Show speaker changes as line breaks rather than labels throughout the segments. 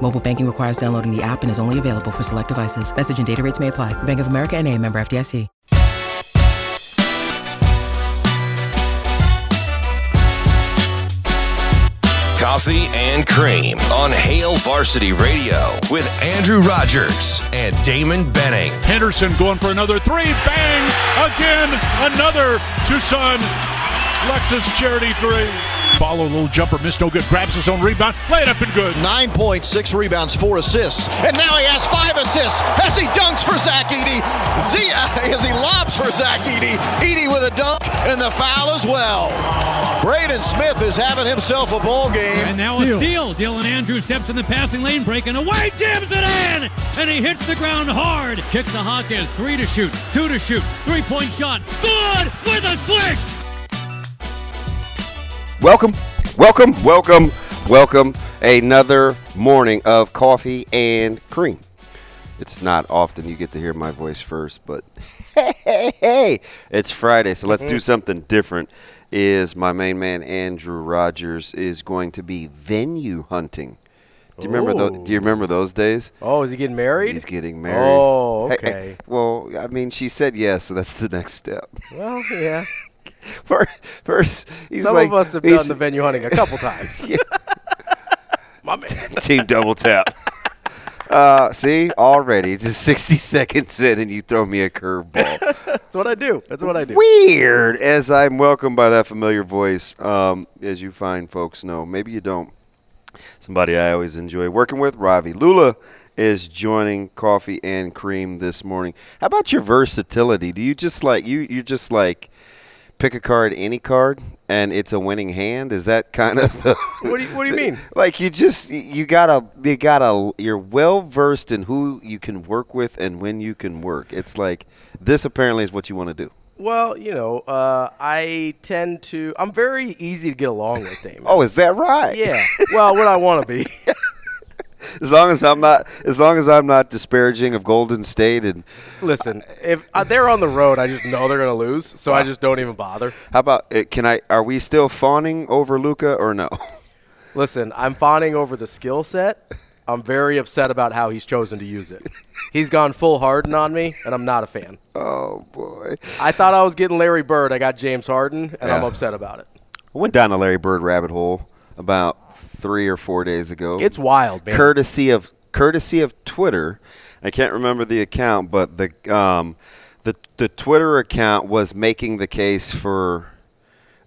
Mobile banking requires downloading the app and is only available for select devices. Message and data rates may apply. Bank of America and a member FDIC.
Coffee and Cream on Hale Varsity Radio with Andrew Rogers and Damon Benning.
Henderson going for another three. Bang! Again, another Tucson Lexus Charity three. Follow little jumper, missed no good. Grabs his own rebound, lay it up and good.
Nine points, six rebounds, four assists, and now he has five assists as he dunks for Zach Eady. Z as he lobs for Zach Eady. Eady with a dunk and the foul as well. Braden Smith is having himself a ball game.
And now a steal. Dylan Andrews steps in the passing lane, breaking away, jams it in, and he hits the ground hard. Kicks to Hawkins, three to shoot, two to shoot, three point shot, good with a swish.
Welcome, welcome, welcome, welcome. Another morning of coffee and cream. It's not often you get to hear my voice first, but hey, hey, hey, it's Friday, so
Mm-hmm.
let's do something different. Is my main man Andrew Rogers is going to be venue hunting? Do you remember? Tho- do you remember those days?
Oh, is he getting married?
He's getting married.
Oh,
Hey,
okay.
hey, well, I mean, she said yes, so that's the next step.
Well, yeah.
First, first he's
Some
like,
of us have
he's-
done the venue hunting a couple times.
Team double tap. Uh, see, already just 60 seconds in, and you throw me a curveball.
That's what I do. That's what I do.
Weird, as I'm welcomed by that familiar voice, um, as you fine folks know. Maybe you don't. Somebody I always enjoy working with, Ravi Lula, is joining Coffee and Cream this morning. How about your versatility? Do you just like you? You just like pick a card, any card, and it's a winning hand. Is that kind of the?
What do you- what do you mean?
like you just you gotta you gotta you're well versed in who you can work with and when you can work. It's like this apparently is what you want to do.
Well, you know, uh, I tend to. I'm very easy to get along with, Damon.
Oh, is that right?
yeah. Well, what I want to be.
As long as I'm not as long as I'm not disparaging of Golden State and
Listen, if uh, they're on the road, I just know they're going to lose, so I just don't even bother.
how about uh, can I are we still fawning over Luca or no?
Listen, I'm fawning over the skill set. I'm very upset about how he's chosen to use it. He's gone full Harden on me, and I'm not a fan.
Oh boy.
I thought I was getting Larry Bird. I got James Harden, and I'm
Yeah.
upset about it.
I went down a Larry Bird rabbit hole about 3 or 4 days ago.
It's wild, man.
courtesy of courtesy of Twitter. I can't remember the account, but the um, the the Twitter account was making the case for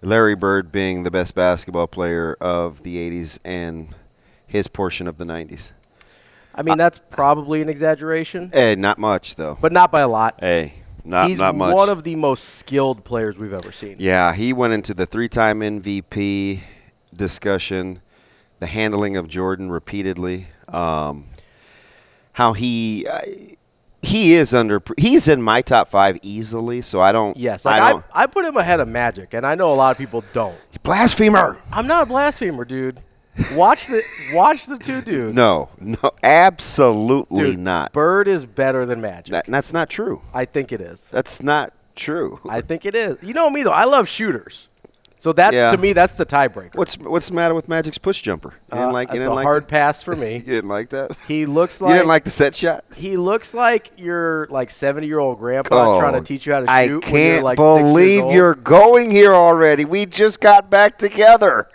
Larry Bird being the best basketball player of the '80s and his portion of the '90s.
I mean, that's probably an exaggeration,
Hey, not much though.
but not by a lot.
hey, Eh. not
He's
not much.
one of the most skilled players we've ever seen.
yeah, he went into the three-time MVP discussion, the handling of Jordan repeatedly. Um, how he I- he is under he's in my top five easily. So I don't.
Yes,
I
like
don't.
I, I put him ahead of Magic, and I know a lot of people don't.
blasphemer.
I'm not a blasphemer, dude. Watch the watch the two dudes.
No, no, absolutely
Dude,
not.
Bird is better than Magic.
That- that's not true.
I think it is.
That's not true.
I think it is. You know me though. I love shooters, so that's
Yeah.
to me that's the tiebreaker.
what's what's the matter with Magic's push jumper? You
Uh,
didn't like, you
that's
didn't
a
like
hard
that?
pass for
You
me.
didn't like that.
He looks
you
like
didn't like the set shot.
he looks like your like seventy year old grandpa trying to teach you how to shoot.
Oh, I
when
can't
you're, like, six years
believe
old.
you're going here already. We just got back together.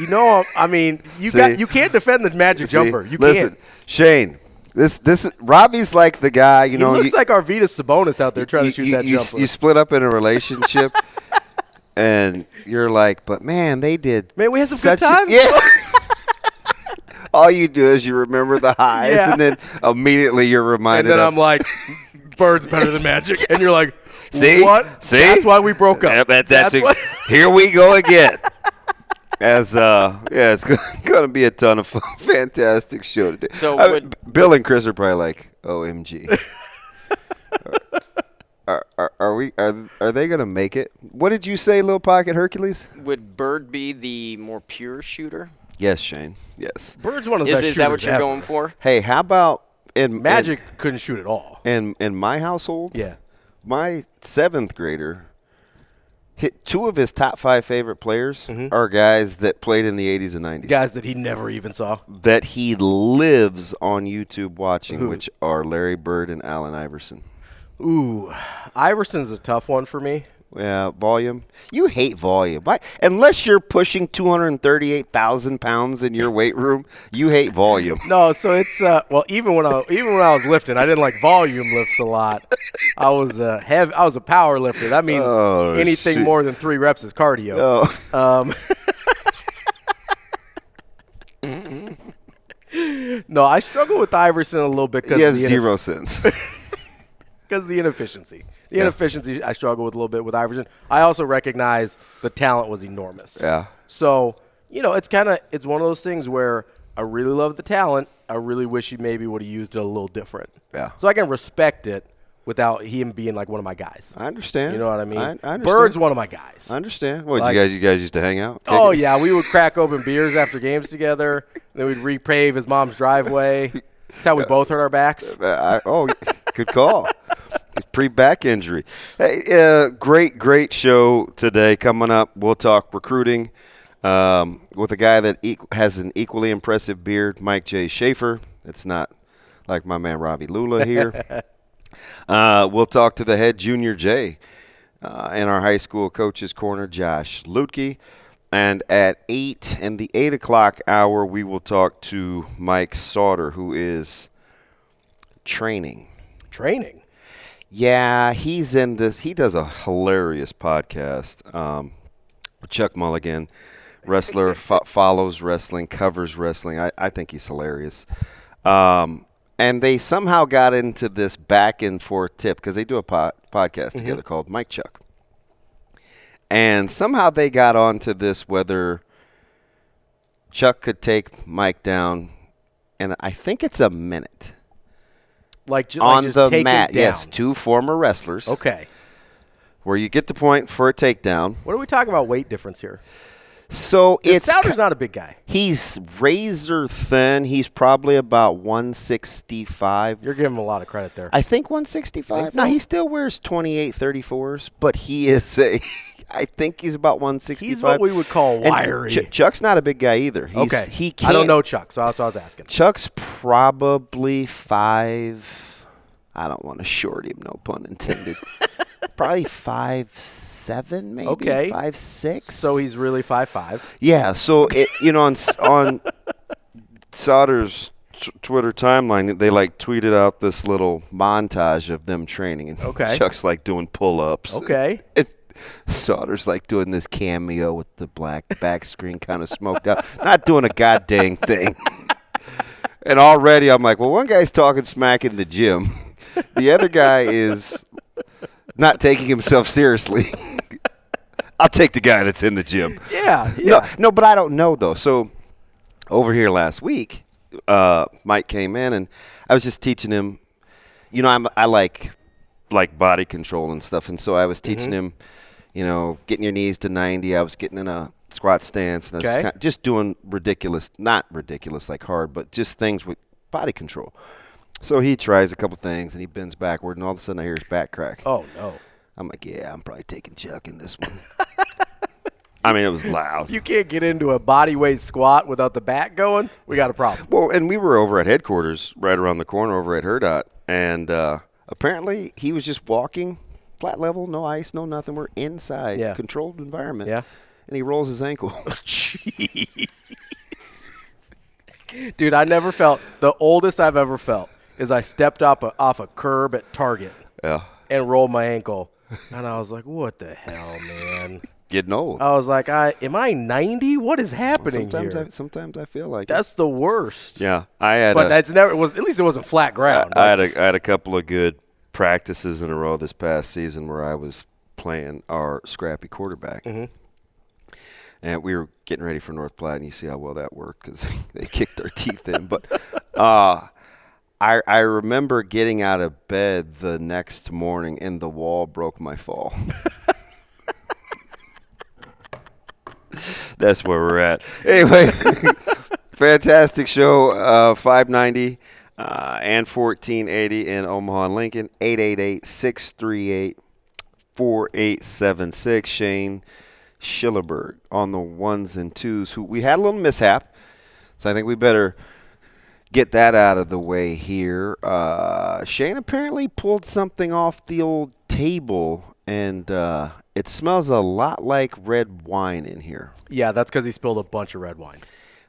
You know, I mean, you
See?
got you can't defend the magic jumper.
See,
You
listen,
can't.
Shane. This this Robbie's like the guy. You
He
know,
looks
you,
like our Vetus Sabonis out there trying
you,
to shoot
you-
that
you s-
jumper.
you split up in a relationship, and you're like, but man, they did.
Man, we had some
such
good
a-"
times.
yeah. All you do is you remember the highs,
Yeah.
and then immediately you're
and
reminded.
then
of,
I'm like, Bird's better than Magic, and you're like,
See,
what?
See,
that's why we broke up.
Yeah, that- that's ex-
what-
here we go again. As uh, yeah, it's going to be a ton of fun, fantastic show today. So Bill and Chris are probably like, "OMG." Are, are, are we are, are they gonna make it? What did you say, Lil Pocket Hercules?
Would Bird be the more pure shooter?
Yes, Shane. Yes.
Bird's one of the
Is,
best
is that what
shooters
you're
ever.
going for?
Hey, how about in
Magic couldn't shoot at all.
in, in in my household?
Yeah.
my seventh grader hit two of his top five favorite players are guys that played in the 80s and 90s
Guys that he never even saw.
that he lives on youtube watching which are larry bird and allen iverson
Ooh, Iverson's a tough one for me.
yeah volume you hate volume Why unless you're pushing 238000 pounds in your weight room you hate volume
No, so it's uh, well, even when I even when I was lifting, I didn't like volume lifts a lot. I was a heavy, I was a power lifter. That means
Oh,
anything
shoot.
more than three reps is cardio. Um,
oh
No, I struggle with Iverson a little bit because
you have
of, the
zero sense
because of the inefficiency. The inefficiency I struggle with a little bit with Iverson. I also recognize the talent was enormous.
Yeah.
So you know, it's kind of it's one of those things where I really love the talent. I really wish he maybe would have used it a little different.
Yeah.
So I can respect it without him being like one of my guys.
i understand
You know what I mean?
i, I understand
Bird's one of my guys.
i understand what
Like-
you guys you guys used to hang out
Oh yeah, we would crack open beers after games together. Then we'd repave his mom's driveway. That's how we both hurt our backs.
Uh, I, oh, good call. Pre back injury. Hey, uh, great, great show today. Coming up, we'll talk recruiting um, with a guy that equ- has an equally impressive beard, Mike J. Schaefer. It's not like my man Robbie Lula here. uh, we'll talk to the head junior J uh, in our high school coaches corner, Josh Lutke. And at eight in the eight o'clock hour, we will talk to Mike Sauter, who is training.
Training.
Yeah, he's in this. He does a hilarious podcast. Um, Chuck Mulligan, wrestler, fo- follows wrestling, covers wrestling. I, I think he's hilarious. Um, and they somehow got into this back and forth tip because they do a po- podcast
Mm-hmm.
together called Mike Chuck. And somehow they got onto this whether Chuck could take Mike down, and I think it's a minute
Like, ju- like
on
just
the
take
mat.
It down.
Yes, two former wrestlers.
Okay.
Where you get the point for a takedown.
What are we talking about weight difference here?
So it's
Souter's
ki-
not a big guy.
he's razor thin. He's probably about 165.
You're giving him a lot of credit there.
I think 165. No, he still wears 28 34s, but he is a I think he's about 165.
He's what we would call
And
wiry.
Ch- Chuck's not a big guy either. He's,
okay.
He
I don't
can't-
know Chuck, so that's what I was asking.
Chuck's probably five. I don't want to short him. No pun intended. probably five seven, maybe
Okay.
five six.
So he's really five five.
yeah. So it you know on s- on Sauter's t- Twitter timeline, they like tweeted out this little montage of them training, and
Okay.
Chuck's like doing pull ups.
Okay.
And Sauter's like doing this cameo with the black back screen kind of smoked out, not doing a goddamn thing. and already I'm like, well, one guy's talking smack in the gym, the other guy is not taking himself seriously. I'll take the guy that's in the gym.
Yeah. yeah.
No, no, but I don't know though. So over here last week, uh, Mike came in and I was just teaching him. You know, I'm I like like body control and stuff, and so I was
Mm-hmm.
teaching him. You know, getting your knees to ninety. I was getting in a squat stance and I was
Okay.
kind just doing ridiculous, not ridiculous like hard, but just things with body control. So he tries a couple things and he bends backward, and all of a sudden I hear his back crack.
Oh no.
I'm like, yeah, I'm probably taking Chuck in this one. I mean, it was loud.
You can't get into a body weight squat without the back going. We got a problem.
Well, and we were over at headquarters right around the corner over at Herdot, and uh, apparently he was just walking flat level, no ice, no nothing. We're inside,
Yeah.
controlled environment.
Yeah.
And he rolls his ankle.
Dude, I never felt the oldest I've ever felt is I stepped up a, off a curb at Target
yeah.
and rolled my ankle, and I was like, "What the hell, man?"
Getting old.
I was like, "I am I 90? What is happening
sometimes
here?"
I sometimes I feel like it.
that's the worst.
yeah. I had
But
a-
that's never it was. At least it wasn't flat ground.
I had a I had a couple of good practices in a row this past season where I was playing our scrappy quarterback. And we were getting ready for North Platte, and you see how well that worked because they kicked their teeth in. But uh, I, I remember getting out of bed the next morning and the wall broke my fall. That's where we're at. Anyway, fantastic show. Uh, 590 uh, and 1480 in Omaha and Lincoln. 888 638 4876. Shane Schillerberg on the ones and twos, who we had a little mishap. So I think we better get that out of the way here. Uh, Shane apparently pulled something off the old table, and uh, it smells a lot like red wine in here.
Yeah, that's because he spilled a bunch of red wine.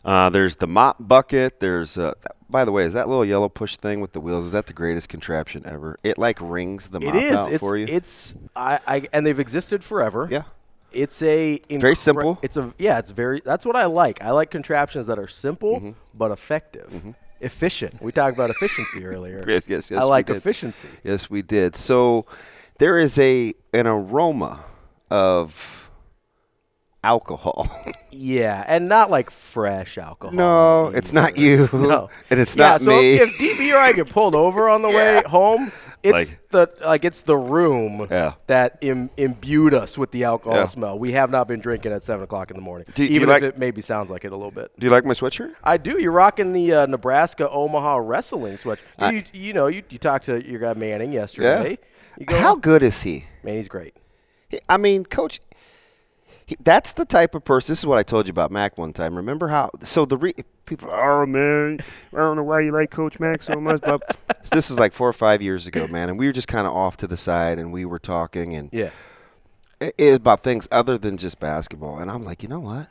Uh, there's the mop bucket. There's, uh, th- by the way, is that little yellow push thing with the wheels? Is that the greatest contraption ever? It like rings the mop
It is.
out
it's
for you.
it's I, I and they've existed forever.
Yeah.
It's a
Very
incre-
simple.
It's a yeah. It's very. That's what I like. I like contraptions that are simple
Mm-hmm.
but effective, efficient. We talked about efficiency earlier.
Yes, yes, yes.
I
we
like
did.
efficiency.
Yes, we did. So there is a an aroma of alcohol.
Yeah, and not like fresh alcohol.
no, it's not you,
No.
and it's
Yeah,
not
so
me.
If, if DB or I get pulled over on the way home, it's
Like-
the like it's the room
Yeah.
that Im- imbued us with the alcohol
Yeah.
smell. We have not been drinking at seven o'clock in the morning,
Do- do you
even
like-
if it maybe sounds like it a little bit.
Do you like my sweatshirt?
I do. You're rocking the uh, Nebraska Omaha wrestling sweat. You, you know, you, you talked to your guy Manning yesterday. You go,
How good is he?
man, he's great.
He- I mean, coach. he- That's the type of person. This is what I told you about Mac one time. Remember how? So the re, people, oh man, I don't know why you like Coach Mac so much. But this is like four or five years ago, man, and we were just kind of off to the side, and we were talking, and
Yeah.
i- i- about things other than just basketball. And I'm like, you know what?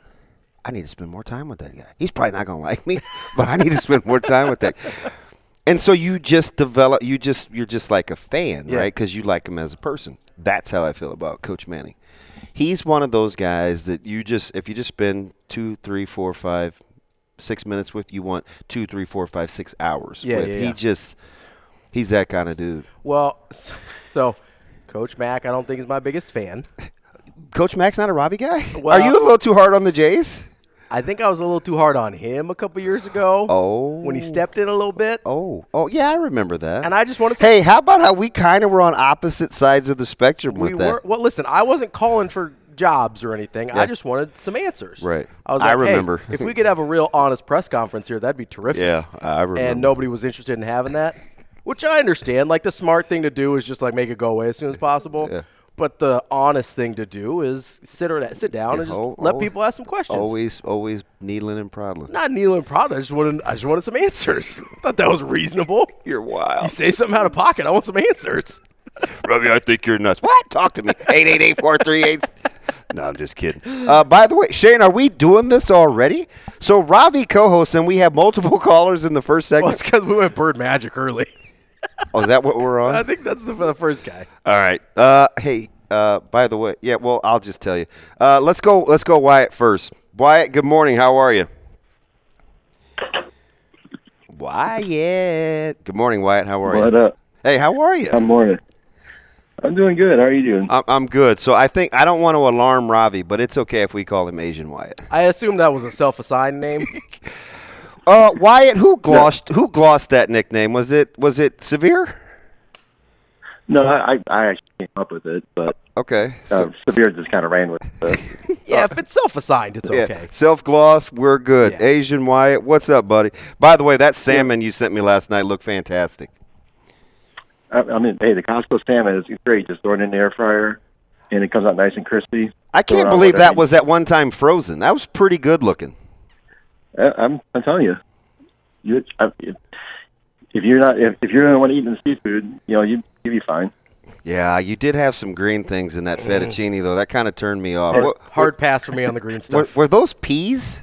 I need to spend more time with that guy. He's probably not gonna like me, but I need to spend more time with that. And so you just develop. You just you're just like a fan,
Yeah.
right? Because you like him as a person. That's how I feel about Coach Manning. He's one of those guys that you just if you just spend two, three, four, five, six minutes with, you want two, three, four, five, six hours
Yeah,
with.
yeah,
he
yeah.
just he's that kind of dude.
Well, s- so Coach Mack, I don't think is my biggest fan.
Coach Mac's not a Robbie guy.
Well-
Are you a little too hard on the Jays?
I think I was a little too hard on him a couple years ago.
Oh.
when he stepped in a little bit.
Oh, oh yeah, I remember that.
And I just wanna say-
hey, how about how we kind of were on opposite sides of the spectrum
we
with that?
were well. Listen, I wasn't calling for jobs or anything.
Yeah.
I just wanted some answers.
Right.
I was.
I
Like, "Hey,
remember."
if we could have a real honest press conference here, that'd be terrific.
Yeah, I remember.
And nobody was interested in having that, which I understand. Like the smart thing to do is just like make it go away as soon as possible.
Yeah.
But the honest thing to do is sit or sit down and just
Al-
let
al-
people ask some questions.
oh, Always, always needling and prodding.
Not kneeling proud. I just wanted. I just wanted some answers. Thought that was reasonable.
You're
You
wild,
say something out of pocket. I want some answers.
Robbie. I think you're nuts. What? Talk to me. Eight eight eight four three eight. No, I'm just kidding. Uh, by the way, Shane, are we doing this already? So Ravi co-hosts, and we have multiple callers in the first
Well, it's
segment.
because we went bird magic early.
Oh, is that what we're on?
I think that's the, the first guy.
All right. Uh, hey. Uh, by the way, yeah. Well, I'll just tell you. Uh, let's go. Let's go, Wyatt first. Wyatt, good morning. How are you? Wyatt. Good morning, Wyatt. How are
What
you?
up?
Hey, how are you?
Good morning. I'm doing good. How are you doing?
I'm, I'm good. So I think I don't want to alarm Ravi, but it's okay if we call him Asian Wyatt.
I assume that was a self-assigned name.
Uh, Wyatt, who glossed who glossed that nickname? Was it was it severe?
no, I I- I actually came up with it, but
Okay.
uh,
So,
Severe just kind of ran with it. but-
yeah, Uh, if it's self-assigned, it's
yeah.
okay.
Self gloss. We're good.
Yeah.
Asian Wyatt, what's up, buddy? By the way, that salmon you sent me last night looked fantastic.
I, I mean, hey, the Costco salmon is great. Just throw it in the air fryer, and it comes out nice and crispy.
I
Throw it
can't
on
believe
whatever
that was at one time frozen. That was pretty good looking.
you- I, Uh, I'm I'm telling you, you I, if, if you're not if, if you're the one eating the seafood, you know you you be fine.
Yeah, you did have some green things in
Mm.
that fettuccine though. That kind of turned me off. What-
Hard pass for me on the green
were,
stuff.
were those peas?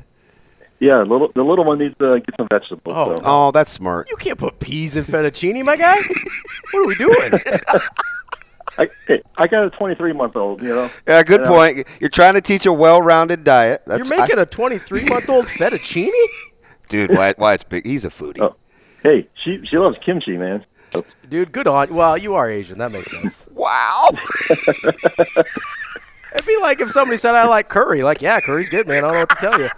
Yeah, the little the little one needs to get some vegetables.
Oh.
so.
Oh, that's smart.
you can't put peas in fettuccine, my guy. what are we doing?
I, hey, I got a 23 month old. You know,
Yeah, good
Yeah.
point. You're trying to teach a well-rounded diet.
You're
That's
making
I-
a 23-month-old fettuccine?
dude. Wyatt, Wyatt's big. He's a foodie.
Oh. hey, she she loves kimchi, man.
Dude, good on. Well, you are Asian. That makes sense.
Wow.
It'd be like if somebody said I like curry. Like, yeah, curry's good, man. I don't know what to tell you.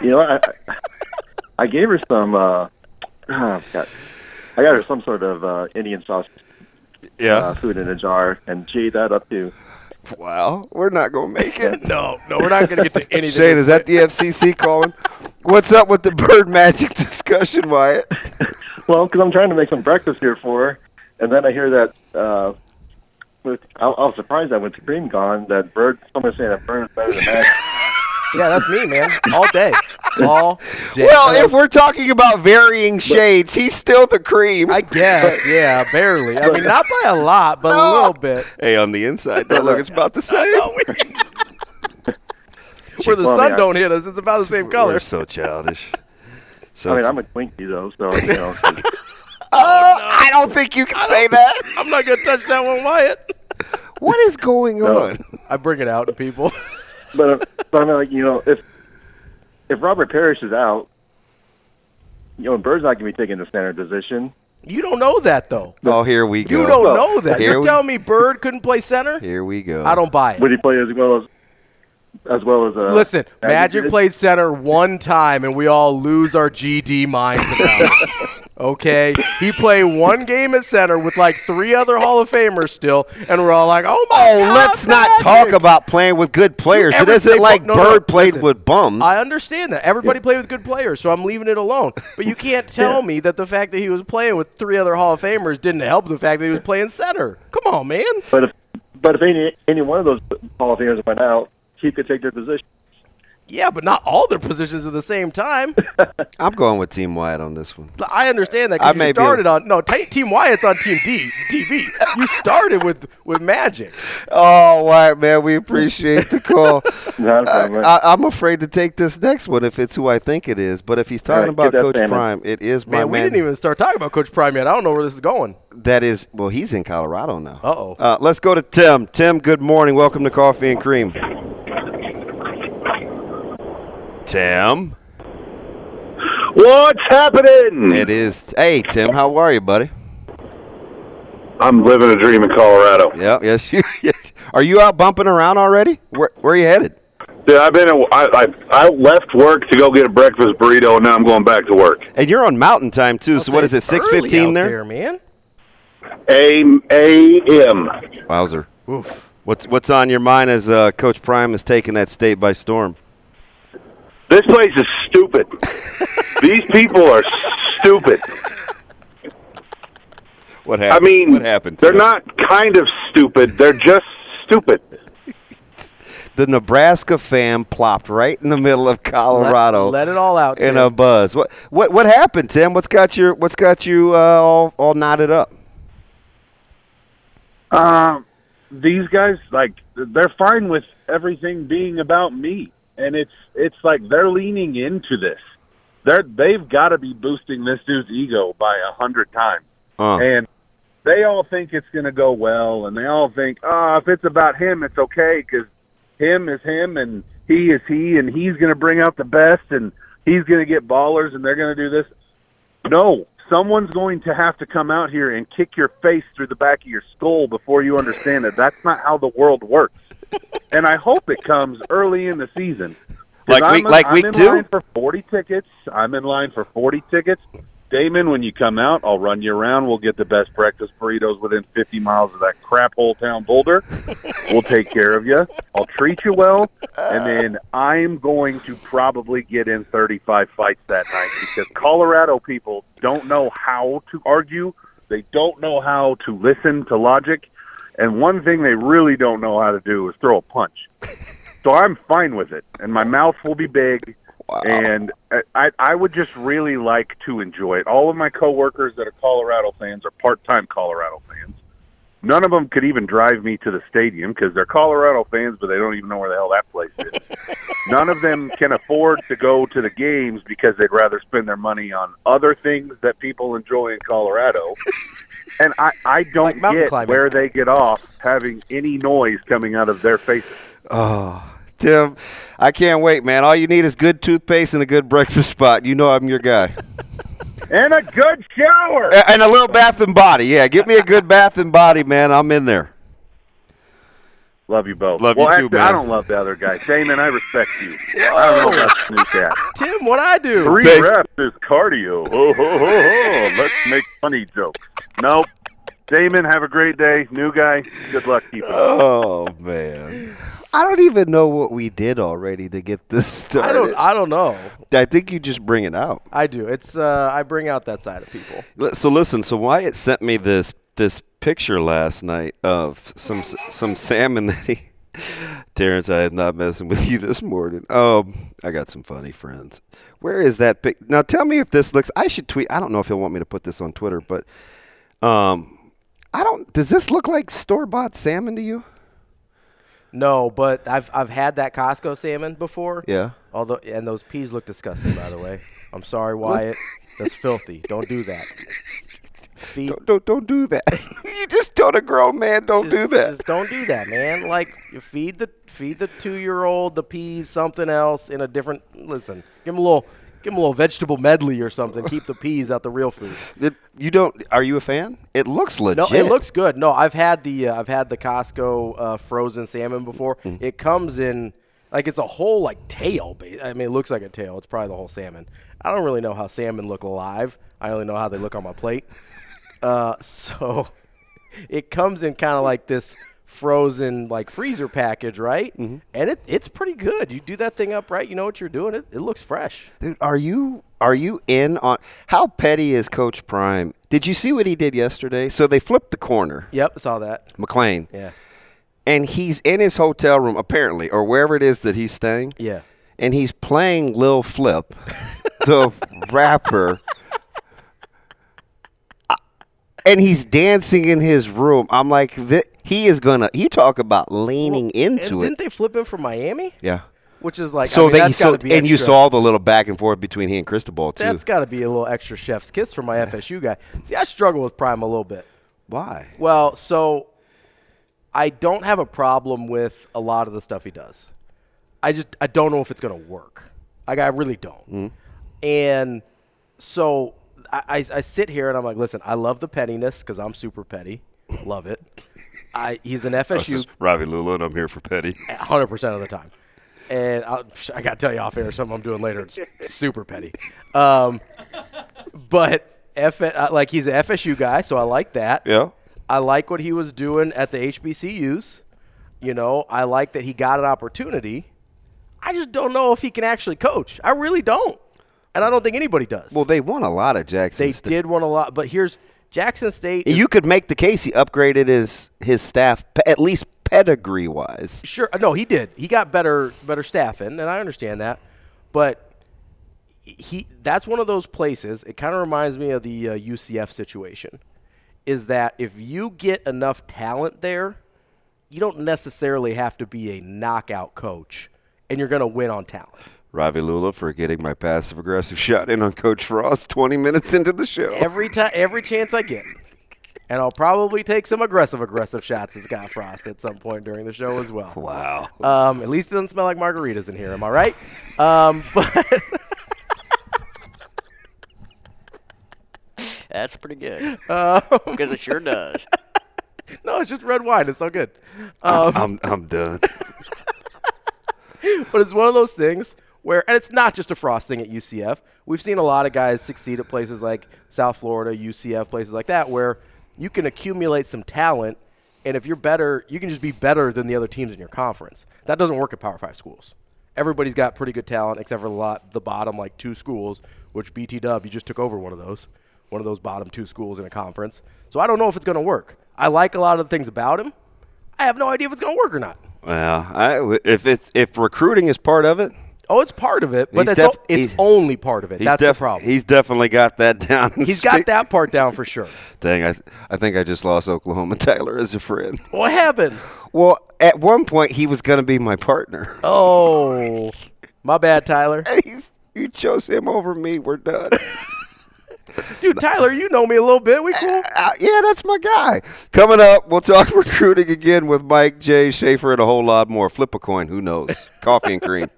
You know, I I- I gave her some. uh Oh, God. I got her some sort of uh, Indian sauce uh,
Yeah.
food in a jar and G that up too.
Wow. We're not going to make it.
No, no, we're not going to get to anything.
Shane, is that the FCC calling? What's up with the bird magic discussion, Wyatt?
Well, because I'm trying to make some breakfast here for her, and then I hear that. Uh, with, I, I was surprised that with Scream gone, that bird. Someone saying that bird is better than that.
Yeah, that's me, man. All day, all day.
Well, if we're talking about varying shades, he's still the cream.
I guess, yeah, barely. I mean, not by a lot, but a little bit.
hey, on the inside, that look, it's about the same.
Well, I
Where the
mean,
sun
I-
don't hit us, it's about the same
We're
color.
so childish. So
I mean,
it's-
I'm a Twinkie though, so you know.
Oh, I don't think you can say that.
I'm not gonna touch that one, Wyatt.
What is going on?
I bring it out in people.
but, uh, but I mean, like you know, if if Robert Parrish is out, you know, and Bird's not going to be taking the center position.
You don't know that though.
Oh, here we go.
You don't know that.
Here
You're
we-
telling me Bird couldn't play center?
Here we go.
I don't buy it.
Would he play as well as as well as uh,
Listen, Magic
did?
played center one time, and we all lose our GD minds about it. Okay, he played one game at center with like three other Hall of Famers still, and we're all like, "Oh my
Oh,
God,
let's not
Magic.
talk about playing with good players. It
Every-
isn't
they-
like
no, no, no,
Bird played
listen.
with bums.
I understand that everybody played with good players, so I'm leaving it alone. But you can't tell me that the fact that he was playing with three other Hall of Famers didn't help the fact that he was playing center. Come on, man.
But if but if any any one of those Hall of Famers went out, he could take their position.
Yeah, but not all their positions at the same time.
I'm going with Team Wyatt on this one.
I understand that
I
because
may
you
be a-
started on no t- Team Wyatt's on Team D DB. You started with with Magic.
Oh, Wyatt, man, we appreciate the call.
Not a
I,
problem.
I, I'm afraid to take this next one if it's who I think it is. But if he's talking
right,
about
get that
Coach
family.
Prime, it is my
Man, we didn't even start talking about Coach Prime yet. I don't know where this is going.
That is well, he's in Colorado now.
Uh-oh.
Uh Let's go to Tim. Tim, good morning. Welcome to Coffee and Cream. Tim,
What's happening?
it is. Hey, Tim, how are you, buddy?
I'm living a dream in Colorado.
Yeah, yes, you. Yes. Are you out bumping around already? Where Where are you headed?
Dude, I've been. A, I, I I left work to go get a breakfast burrito, and now I'm going back to work.
And you're on Mountain Time too. so what is it?
It's early
Six fifteen
out
there?
man.
A A M.
Wowzer.
Oof.
What's What's on your mind as uh, Coach Prime is taking that state by storm?
This place is stupid. These people are stupid.
What
I
happened?
mean,
what happened?
They're
Tim?
not kind of stupid. They're just stupid.
the Nebraska fan plopped right in the middle of Colorado.
Let- let it all out,
in
Tim.
a buzz. What what what happened, Tim? What's got your What's got you uh, all all knotted up?
Um, these guys like they're fine with everything being about me, and it's it's like they're leaning into this. They're they've got to be boosting this dude's ego by a hundred times,
Uh.
and they all think it's going to go well, and they all think, oh, if it's about him, it's okay because him is him, and he is he, and he's going to bring out the best, and he's going to get ballers, and they're going to do this. No, someone's going to have to come out here and kick your face through the back of your skull before you understand it. That's not how the world works. And I hope it comes early in the season. 'Cause
Like week-
I'm,
like
I'm
week
in
two?
line for 40 tickets. I'm in line for 40 tickets. Damon, when you come out, I'll run you around. We'll get the best breakfast burritos within 50 miles of that crap hole town Boulder. We'll take care of you. I'll treat you well. And then I'm going to probably get in 35 fights that night because Colorado people don't know how to argue. They don't know how to listen to logic. And one thing they really don't know how to do is throw a punch. So I'm fine with it. And my mouth will be big. And I- I, I would just really like to enjoy it. All of my coworkers that are Colorado fans are part time Colorado fans. None of them could even drive me to the stadium because they're Colorado fans, but they don't even know where the hell that place is. None of them can afford to go to the games because they'd rather spend their money on other things that people enjoy in Colorado. And I, I
Like
don't
mountain
get
climbing.
where they get off having any noise coming out of their faces.
Tim, I can't wait, man. All you need is good toothpaste and a good breakfast spot. You know I'm your guy.
And a good shower.
A- and a little bath and body. Yeah, give me a good bath and body, man. I'm in there.
Love you both.
Love you
well,
too,
actually,
man.
I don't love the other guy. Damon, I respect you. I don't know about Snoop that.
Tim, what I do?
Three reps is cardio. Ho, ho, ho, ho. Let's make funny jokes. Nope. Damon, have a great day. New guy, good luck. Keep it. up.
Oh man, I don't even know what we did already to get this started.
I don't. I don't know.
I think you just bring it out.
I do. It's. Uh, I bring out that side of people.
Li- So listen, so Wyatt sent me this this picture last night of some s- some salmon that he. Terrence, I am not messing with you this morning. Um, I got some funny friends. Where is that pic? Now tell me if this looks. I should tweet. I don't know if he'll want me to put this on Twitter, but um, I don't. Does this look like store bought salmon to you?
No, but I've I've had that Costco salmon before.
Yeah.
Although, and those peas look disgusting, by the way. I'm sorry, Wyatt. That's filthy. Don't do that. Feet.
Don't don't, don't do that. you just told a grown man don't do that.
Just don't do that, man. Like, you feed the feed the two year old the peas, something else in a different. Listen, give him a little. Give him a little vegetable medley or something. Keep the peas out the real food.
It- you don't. Are you a fan? It looks
No,
legit.
it looks good. No, I've had the uh, I've had the Costco uh, frozen
Mm.
salmon before. It comes in like it's a whole like tail. ba- I mean, it looks like a tail. It's probably the whole salmon. I don't really know how salmon look alive. I only know how they look on my plate. Uh, so it comes in kind of like this frozen like freezer package, right?
Mm-hmm.
And it, it's pretty good. You do that thing up right, you know what you're doing. It, it looks fresh.
Dude, are you are you in on how petty is Coach Prime? Did you see what he did yesterday? So they flipped the corner,
Yep, saw that.
McLean,
Yeah,
and he's in his hotel room apparently, or wherever it is that he's staying,
yeah.
and he's playing Lil Flip, the rapper. And he's dancing in his room. I'm like, th- he is gonna. You talk about leaning
And
into
didn't
it.
they flip him from Miami?
yeah.
Which is like I
so
mean,
they
that's
so
gotta be
and you
extra.
saw the little back and forth between he and Cristobal too.
That's got to be a little extra chef's kiss from my FSU guy. See, I struggle with Prime a little bit.
Why?
Well, so I don't have a problem with a lot of the stuff he does. I just I don't know if it's going to work. Like I really don't.
Mm-hmm.
And so I, I, I sit here and I'm like, listen, I love the pettiness because I'm super petty. Love it. I he's
Oh,
an FSU
Robbie Lula, and I'm here for petty.
hundred percent of the time. And I'll, I got to tell you off air something I'm doing later. It's super petty, um, but F, uh, like he's an FSU guy, so I like that.
Yeah.
I like what he was doing at the HBCUs. You know, I like that he got an opportunity. I just don't know if he can actually coach. I really don't, and I don't think anybody does.
Well, they won a lot of Jackson.
they
State.
did want a lot, but here's Jackson State.
You could make the case he upgraded his his staff pe- at least pedigree wise.
Sure. No, he did. He got better better staffing, and I understand that. But he that's one of those places. It kind of reminds me of the uh, UCF situation. Is that if you get enough talent there, you don't necessarily have to be a knockout coach, and you're going to win on talent.
Ravi Lula for getting my passive aggressive shot in on Coach Frost 20 minutes into the show.
Every time, every chance I get. And I'll probably take some aggressive, aggressive shots at Scott Frost at some point during the show as well.
wow.
Um, at least it doesn't smell like margaritas in here. Am I right? Um, but
That's pretty good. Because it sure does.
No, it's just red wine. It's all good. Uh,
I'm I'm done.
But it's one of those things where, and it's not just a Frost thing at UCF. We've seen a lot of guys succeed at places like South Florida, UCF, places like that, where you can accumulate some talent, and if you're better, you can just be better than the other teams in your conference. That doesn't work at Power Five schools. Everybody's got pretty good talent, except for a lot the bottom like two schools, which BT Dub you just took over one of those, one of those bottom two schools in a conference. So I don't know if it's going to work. I like a lot of the things about him. I have no idea if it's going to work or not.
Well, I, if it's if recruiting is part of it,
Oh, it's part of it, but
He's
that's o-
def-
it's
he's-
only part of it.
he's
That's
def-
the problem.
He's definitely got that down.
he's got that part down for sure.
Dang, I I think I just lost Oklahoma Tyler as a friend.
What happened?
Well, at one point he was going to be my partner.
Oh, my bad, Tyler.
He's, you chose him over me. We're done.
Dude, Tyler, you know me a little bit. We cool?
Uh, yeah, that's my guy. Coming up, we'll talk recruiting again with Mike J. Schaefer and a whole lot more. Flip a coin. Who knows? Coffee and cream.